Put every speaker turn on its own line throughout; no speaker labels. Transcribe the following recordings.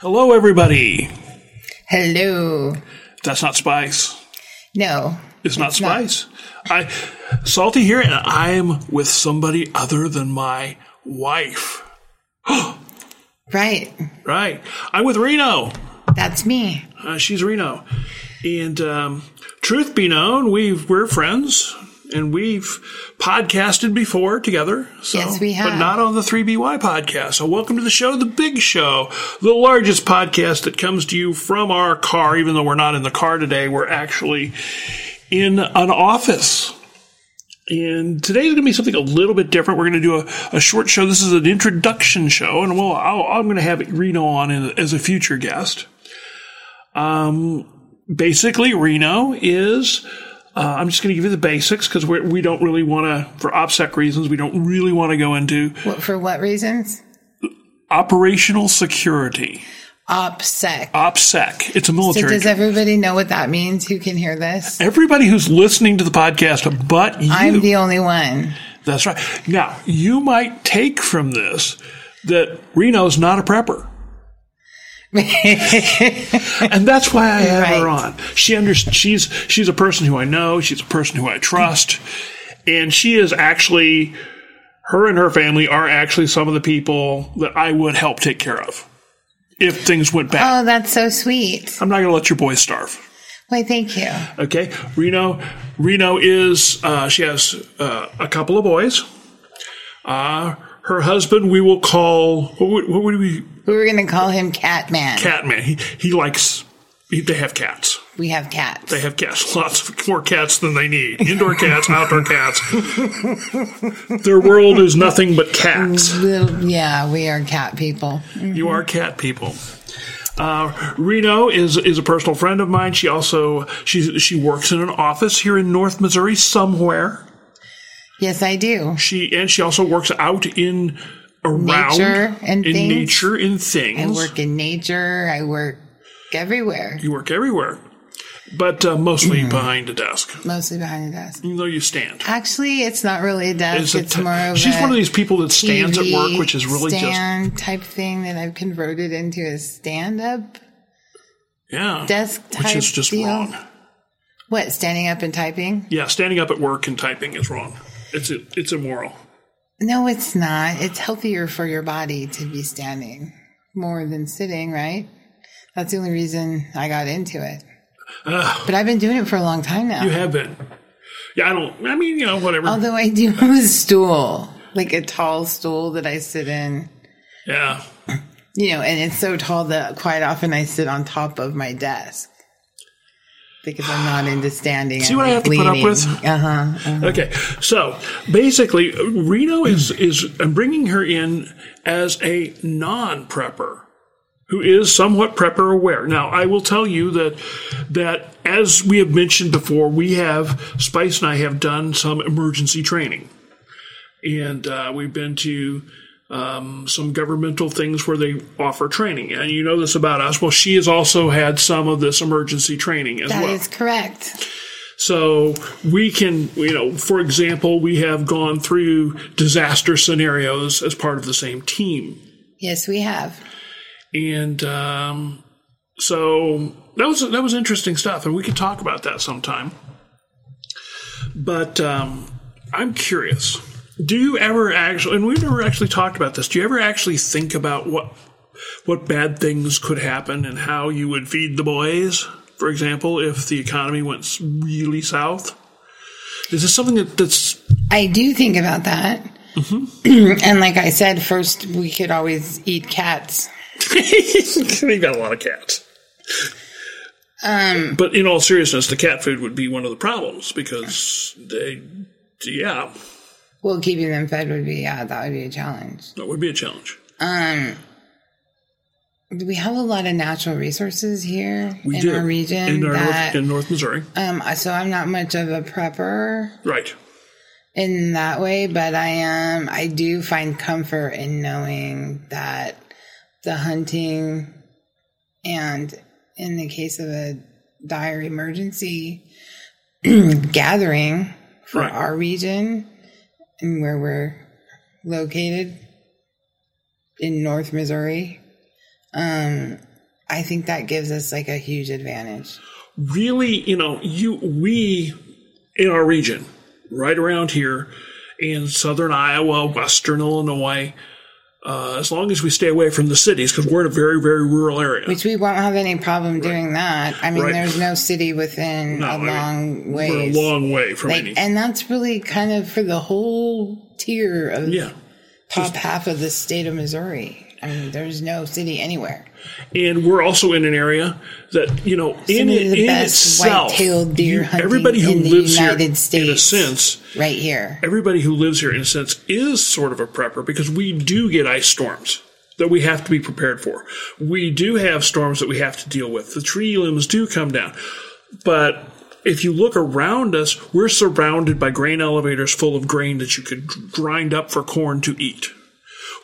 Hello, everybody.
Hello.
That's not spice.
No.
It's not spice. I salty here, and I am with somebody other than my wife.
Right.
Right. I'm with Reno.
That's me.
Uh, she's Reno. And um, truth be known, we've we're friends, and we've podcasted before together. So,
Yes, we
But
have.
not on the Three BY podcast. So welcome to the show, the Big Show, the largest podcast that comes to you from our car. Even though we're not in the car today, we're actually in an office. And today's going to be something a little bit different. We're going to do a, a short show. This is an introduction show, and we'll, I'll, I'm going to have Reno on in, as a future guest. Um, basically, Reno is. Uh, I'm just going to give you the basics because we don't really want to, for OPSEC reasons, we don't really want to go into
What, for what reasons?
operational security.
OPSEC.
OPSEC. It's a military.
So does everybody know what that means? Who can hear this?
Everybody who's listening to the podcast, but you.
I'm the only one.
That's right. Now, you might take from this that Reno's not a prepper. and that's why I have her
Right.
on. She under, she's she's a person who I know, she's a person who I trust, and she is actually her and her family are actually some of the people that I would help take care of if things went bad.
Oh, that's so sweet.
I'm not going to let your boys starve.
Why, thank you.
Okay, Reno. Reno is uh, she has uh, a couple of boys. Uh, her husband we will call what would, what would we
We were going to call him Catman.
Catman. He he likes he, they have cats.
we have cats.
They have cats. Lots of more cats than they need. Indoor cats, outdoor cats. Their world is nothing but cats.
Little, yeah, we are cat people.
You are cat people. Uh, Reno is is a personal friend of mine. She also she she works in an office here in North Missouri somewhere.
Yes, I do.
She and she also works out in around
Nature and
in
things.
nature in
I
things.
work in nature. I work everywhere,
You work everywhere, but uh,
Mm-hmm.
mostly behind a desk,
mostly behind a desk.
even though you stand.
Actually, it's not really a desk. It's,
a t-
more of
she's
a
one of these people that stands at work, which is really just
stand type thing that I've converted into a stand up
yeah,
desk type
which is just
deal.
wrong.
What standing up and typing?
Yeah, standing up at work and typing is wrong. It's a, it's immoral.
No, it's not. It's healthier for your body to be standing more than sitting, right? That's the only reason I got into it. but I've been doing it for a long time now.
You have been. Yeah, I don't. I mean, you know, whatever.
Although I do have a stool, like a tall stool that I sit in.
yeah,
You know, and it's so tall that quite often I sit on top of my desk because I'm not into standing.
See what I have to put up with?
Uh huh.
Okay, so basically, Reno is
Mm.
is I'm bringing her in as a non-prepper who is somewhat prepper aware. Now, I will tell you that that as we have mentioned before, we have Spice and I have done some emergency training, and uh, we've been to. Um, some governmental things where they offer training, and you know this about us. Well, she has also had some of this emergency training as
That
well.
is correct.
So we can, you know, for example, we have gone through disaster scenarios as part of the same team.
Yes, we have.
And um, so that was that was interesting stuff, and we could talk about that sometime. But um, I'm curious. Do you ever actually? And we've never actually talked about this. Do you ever actually think about what what bad things could happen and how you would feed the boys? For example, if the economy went s- really south, is this something that, that's
I do think about that.
Mm-hmm.
and like I said, first we could always eat cats.
We've got a lot of cats. Um, but in all seriousness, the cat food would be one of the problems because they, yeah,
Well, keeping them fed would be, yeah, that would be a challenge.
that would be a challenge.
Um, we have a lot of natural resources here
We
in
do
our region.
in, our North,
that,
in North Missouri,
um, so I'm not much of a prepper
right?
in that way, but I am. I do find comfort in knowing that the hunting, and in the case of a dire emergency, gathering for
Right.
our region and where we're located in North Missouri, um, I think that gives us like a huge advantage.
really, you know, you we in our region, right around here in southern Iowa, western Illinois, uh, as long as we stay away from the cities, because we're in a very, very rural area.
Which we won't have any problem doing that. I mean,
Right.
there's no city within
No, I
a
mean,
long
we're a
ways.
long way from
like,
any.
and that's really kind of for the whole tier of
yeah.
top half of the state of Missouri. I mean, there's no city anywhere.
And we're also in an area that, you know, in,
Some of
it,
the
in
best
itself,
white-tailed deer
you-
hunting
everybody who
in the
lives here,
United
in a
States.
sense,
Right here.
everybody who lives here, in a sense, is sort of a prepper because we do get ice storms that we have to be prepared for. We do have storms that we have to deal with. The tree limbs do come down. But if you look around us, we're surrounded by grain elevators full of grain that you could grind up for corn to eat.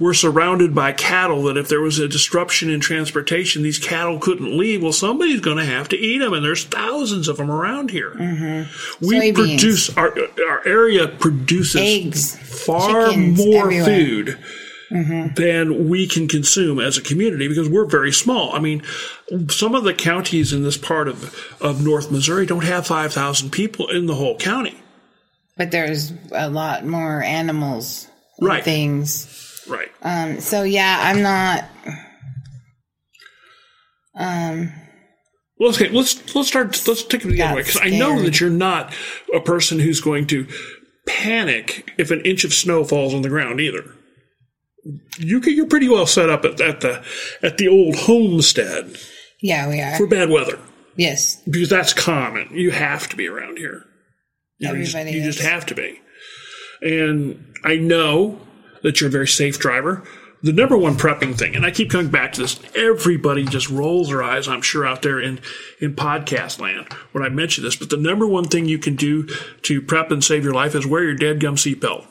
We're surrounded by cattle that if there was a disruption in transportation, these cattle couldn't leave. Well, somebody's going to have to eat them, and there's thousands of them around here. We
Soybeans.
produce our our area produces
Eggs,
far
chickens
more
everywhere. Mm-hmm.
food than we can consume as a community because we're very small. I mean, some of the counties in this part of of North Missouri don't have five thousand people in the whole county.
But there's a lot more animals and
Right.
things.
Right.
Um, so yeah, I'm not um,
Well, let's get, let's let's start let's take it the other way because I know
scared.
that you're not a person who's going to panic if an inch of snow falls on the ground either. You can, you're pretty well set up at, at the at the old homestead
yeah, we are.
for bad weather
yes.
because that's common. You have to be around here. You know, you just-
Everybody
you just
is.
have to be. And I know that you're a very safe driver. The number one prepping thing, and I keep coming back to this, everybody just rolls their eyes, I'm sure, out there in, in podcast land when I mention this, but the number one thing you can do to prep and save your life is wear your dead gum seatbelt,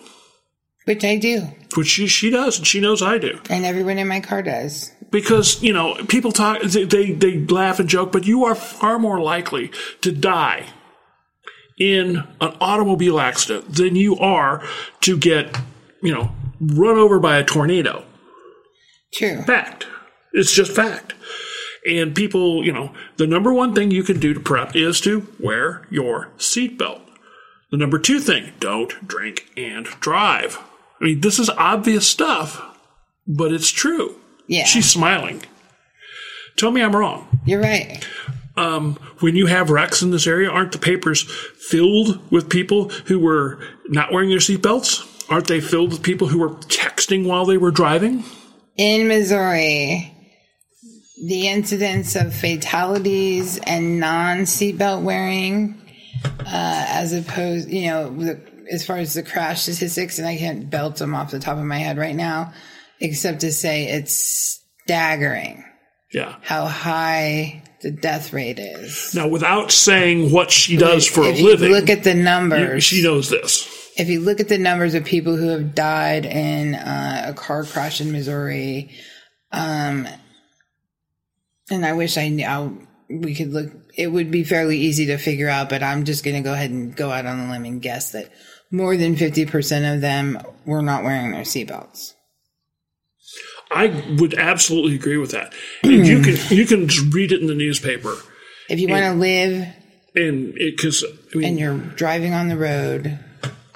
Which I do.
which she, she does, and she knows I do.
And everyone in my car does.
Because, you know, people talk, they, they, they laugh and joke, but you are far more likely to die in an automobile accident than you are to get, you know, run over by a tornado.
True.
Fact. It's just fact. And people, you know, the number one thing you can do to prep is to wear your seatbelt. The number two thing, don't drink and drive. I mean, this is obvious stuff, but it's true.
Yeah.
She's smiling. Tell me I'm wrong.
You're right.
Um, when you have wrecks in this area, aren't the papers filled with people who were not wearing their seatbelts? Aren't they filled with people who were texting while they were driving?
In Missouri, the incidence of fatalities and non seatbelt wearing, uh, as opposed, you know, the, as far as the crash statistics, and I can't belt them off the top of my head right now, except to say it's staggering
Yeah.
how high the death rate is.
Now, without saying what she does for
if
a
you
living,
look at the numbers.
she knows this.
if you look at the numbers of people who have died in uh, a car crash in Missouri, um, and I wish I knew I'll, we could look, it would be fairly easy to figure out, but I'm just going to go ahead and go out on a limb and guess that more than 50% of them were not wearing their seatbelts.
I would absolutely agree with that. And you can you can just read it in the newspaper,
If you want to live
and because I mean,
and you're driving on the road,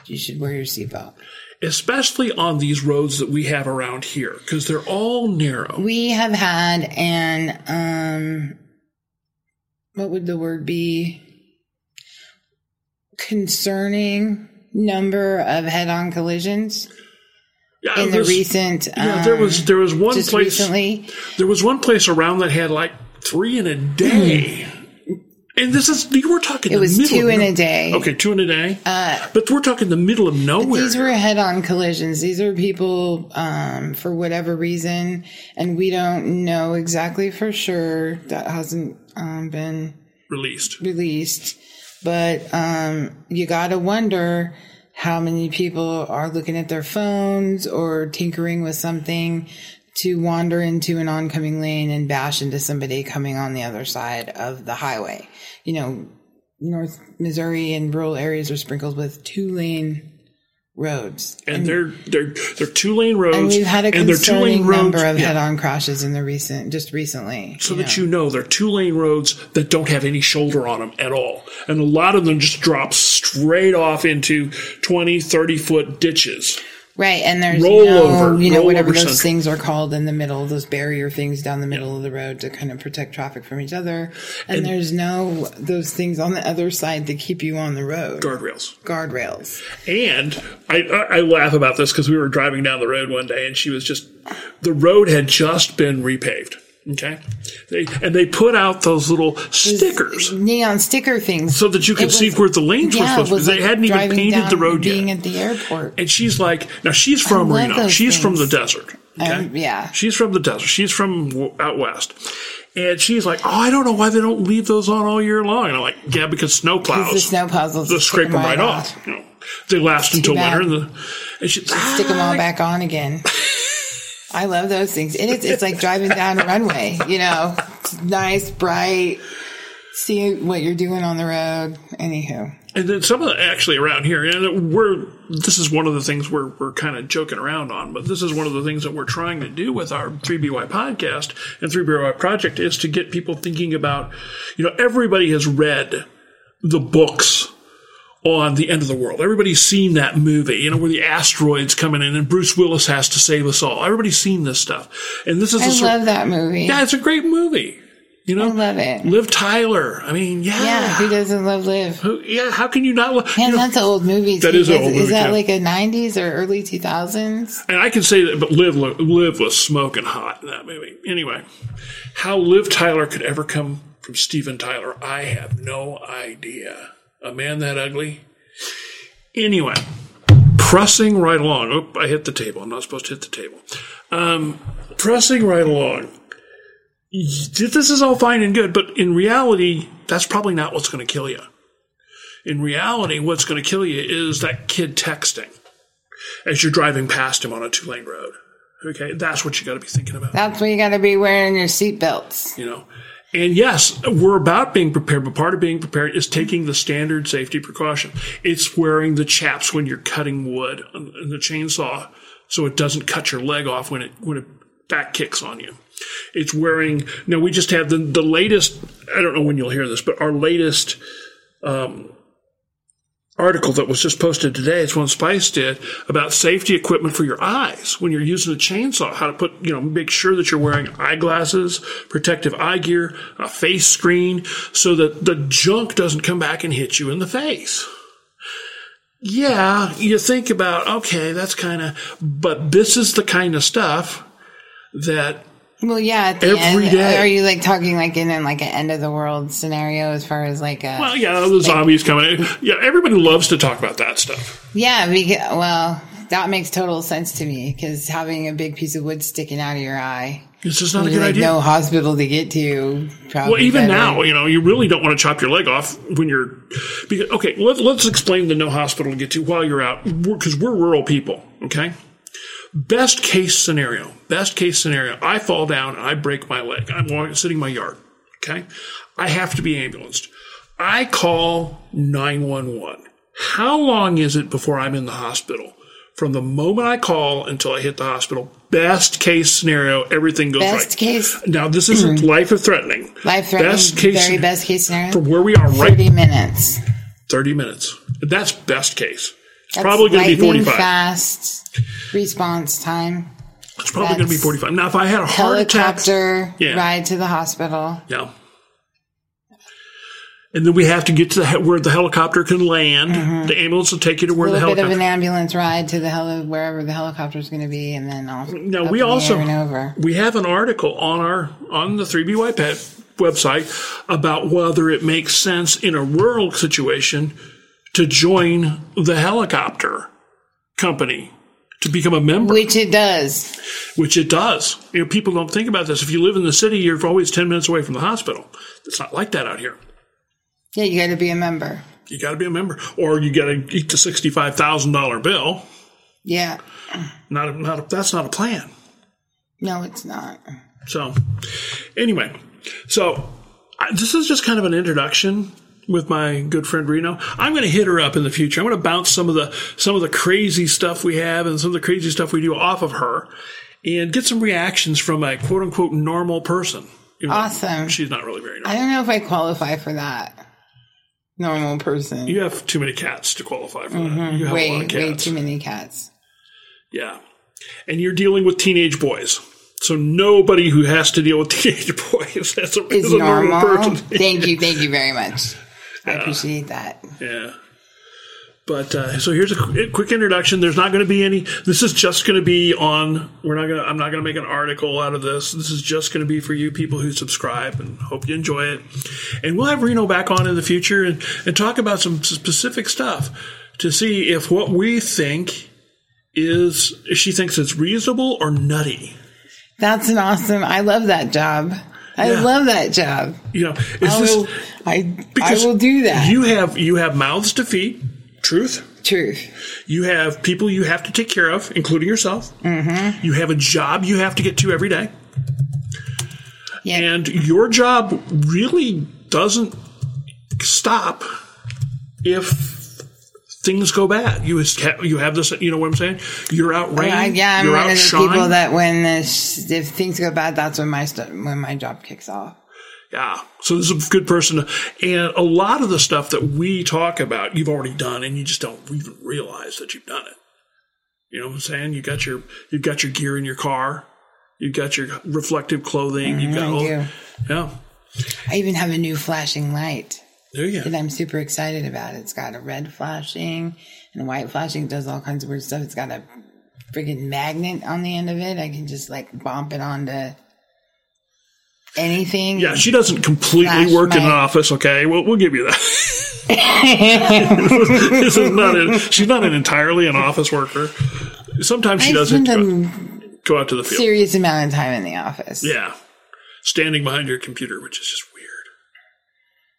you should wear your seatbelt.
especially on these roads that we have around here, because they're all narrow.
We have had an um what would the word be? Concerning number of head-on collisions
Yeah,
in the
there's-
recent um,
Yeah, there was there was one
just
place
recently.
there was one place around that had like three in a day. And this is you were talking
It
the
was
middle
two
of
in
no-
a day.
Okay, two in a day. Uh, but we're talking the middle of nowhere.
These were head-on collisions. These are people um, for whatever reason, and we don't know exactly for sure. That hasn't um, been
released.
released, but um, you gotta wonder how many people are looking at their phones or tinkering with something to wander into an oncoming lane and bash into somebody coming on the other side of the highway. You know, North Missouri and rural areas are sprinkled with two lane roads.
and they're they're they're two lane roads,
And we've had a
and they're two lane
concerning
roads.
number of
yeah,
head-on crashes in the recent, just recently.
so that you know they're two lane roads that don't have any shoulder on them at all, and a lot of them just drop straight off into 20, 30 foot ditches.
Right, and there's no,
Rollover,
you know, whatever
rollover
those
central.
things are called in the middle, those barrier things down the middle of the road to kind of protect traffic from each other. And, there's no those things on the other side to keep you on the road.
Guardrails.
Guardrails.
And I, I I laugh about this because we were driving down the road one day and she was just, the road had just been repaved. Okay. They, and they put out those little stickers
Neon sticker things.
so that you could
It
see
was-
where the lanes
yeah,
were supposed
it
to be.
was
They
like
hadn't even
driving
painted
down
the road
being
yet.
at the airport.
And she's like, now she's from
love
Reno.
those
She's from the
things.
desert. Okay?
Um, yeah.
She's from the desert. She's from w- out west. And she's like, oh, I don't know why they don't leave those on all year long. And I'm like, yeah, because snow
Because
plows.
the snow puzzles.
They'll scrape them right off. You know, they last until
bad.
winter. And, the, and she,
Stick them all back on again. I love those things. And it's, it's like driving down a runway, you know, It's nice, bright, see what you're doing on the road. Anywho.
And then some of the, actually around here, and we're this is one of the things we're we're kind of joking around on, but this is one of the things that we're trying to do with our 3BY podcast and 3BY project is to get people thinking about, you know, everybody has read the books on the end of the world. Everybody's seen that movie, you know, where the asteroids coming in and Bruce Willis has to save us all. Everybody's seen this stuff, and this is
I
a sort-
love that movie.
yeah, it's a great movie. You know,
I love it.
Liv Tyler. I mean, yeah,
Yeah, who doesn't love live?
Who- yeah, how can you not? lo-
Man,
you know,
that's an old movie.
That
too.
is an old
Is
movie,
that
too.
like a 90s or early 2000s?
and I can say that, but Liv, Liv was smoking hot in that movie. Anyway, how Liv Tyler could ever come from Steven Tyler, I have no idea. A man that ugly. Anyway, pressing right along. Oop, I hit the table. I'm not supposed to hit the table. Um, pressing right along. This is all fine and good, but in reality, that's probably not what's going to kill you. In reality, what's going to kill you is that kid texting as you're driving past him on a two lane road. Okay, that's what you got to be thinking about.
That's when you got to be wearing your seatbelts.
You know, and yes, we're about being prepared, but part of being prepared is taking the standard safety precaution. It's wearing the chaps when you're cutting wood on- in the chainsaw, so it doesn't cut your leg off when it when it back kicks on you. It's wearing. Now we just had the the latest. I don't know when you'll hear this, but our latest article that was just posted today. It's one Spice did about safety equipment for your eyes when you're using a chainsaw. How to put, you know, make sure that you're wearing eyeglasses, protective eye gear, a face screen, so that the junk doesn't come back and hit you in the face. Yeah, you think about, okay, that's kind of, but this is the kind of stuff that
Well, yeah. At the
Every
end,
day.
Are you like talking like in an, like an end of the world scenario as far as like a.
well, yeah, the zombies coming. Yeah, everybody loves to talk about that stuff.
Yeah, because, well, that makes total sense to me because having a big piece of wood sticking out of your eye,
It's just not a
there's
good
like
idea.
no hospital to get to. Probably
Well, even
better.
now, you know, you really don't want to chop your leg off when you're. Because, okay, let, let's explain the no hospital to get to while you're out, because we're, rural people, okay? Best case scenario, best case scenario, I fall down and I break my leg. I'm walking, sitting in my yard, okay? I have to be ambulanced. I call 911. How long is it before I'm in the hospital? From the moment I call until I hit the hospital, best case scenario, everything goes
Best
right.
case,
Now, this isn't life or threatening.
life threatening,
Best case
very best case scenario.
from where we are right
30 minutes.
30 minutes. That's best case. It's
That's
probably going to be
lightning
45.
Fast response time.
it's probably going to be
That's
45. Now, if I had a heart attack.
Helicopter
Yeah.
ride to the hospital.
Yeah. And then we have to get to the, he- where the helicopter can land. The ambulance will take you to where
A
the
Mm-hmm. little bit of
helicopter.
an ambulance ride to the heli- wherever the helicopter is going to be, and then off.
Now,
up
we
in the
also-
air and over.
we have an article on our on the 3BY pet website about whether it makes sense in a rural situation to join the helicopter company to become a member.
which it does.
which it does. You know, people don't think about this. If you live in the city, you're always 10 minutes away from the hospital. It's not like that out here.
Yeah, you got to be a member.
You got to be a member, or you got to eat the $65,000 bill.
Yeah,
Not, a, not a, that's not a plan.
no, it's not.
So, anyway, so I, this is just kind of an introduction with my good friend Reno. I'm going to hit her up in the future. I'm going to bounce some of the some of the crazy stuff we have and some of the crazy stuff we do off of her, and get some reactions from a quote unquote normal person. even though
Awesome.
She's not really very normal.
I don't know if I qualify for that. Normal person.
you have too many cats to qualify for that. You have a lot
Mm-hmm. way,
of
way
cats.
too many cats.
Yeah. And you're dealing with teenage boys. So nobody who has to deal with teenage boys that's a,
Is
is a normal,
normal.
person.
thank you, thank you very much. I appreciate that.
yeah. But uh, so here's a qu- a quick introduction. There's not going to be any. This is just going to be on. We're not going. to I'm not going to make an article out of this. This is just going to be for you people who subscribe and hope you enjoy it. And we'll have Reno back on in the future and, and talk about some specific stuff to see if what we think is if she thinks it's reasonable or nutty.
That's an awesome. I love that job. I
Yeah.
love that job.
You know, is
I
this
will. I I
because
will do that.
You have you have mouths to feed. Truth.
Truth.
You have people you have to take care of, including yourself. Mm-hmm. You have a job you have to get to every day,
Yeah.
and your job really doesn't stop if things go bad. You is- you have this. You know what I'm saying? You're outranked.
I, yeah, I'm
you're
one of the
outshined.
people that when the sh- if things go bad, that's when my st- when my job kicks off.
Yeah. So this is a good person. To, and a lot of the stuff that we talk about, you've already done, and you just don't even realize that you've done it. You know what I'm saying? You got your you've got your gear in your car. You've got your reflective clothing. you've got
I
all.
do.
Yeah.
I even have a new flashing light
There you go.
that I'm super excited about. It's got a red flashing and white flashing. It does all kinds of weird stuff. It's got a freaking magnet on the end of it. I can just like bump it onto anything.
Yeah, she doesn't completely
Flash
work in an
my-
office. Okay, well, we'll give you that. this is not an, she's not an entirely an office worker. Sometimes she
I
doesn't
spend
go,
a
go out to the field.
serious amount of time in the office.
Yeah, standing behind your computer, which is just weird.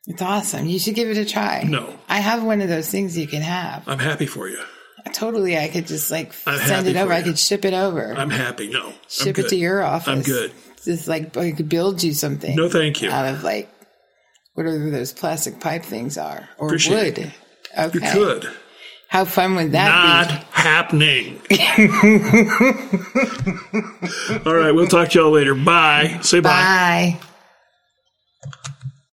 It's awesome. You should give it a try.
No.
I have one of those things you can have.
I'm happy for you.
Totally. I could just like
I'm
send
happy
it over.
for
I
you.
could ship it over.
I'm happy. No, I'm
ship
good.
it to your office.
I'm good.
Just like I could build you something.
No, thank you.
out of like whatever those plastic pipe things are or
Appreciate
wood.
you
Okay.
could.
How fun would that
Not
be?
happening. All right, we'll talk to y'all later. Bye. Say bye.
Bye.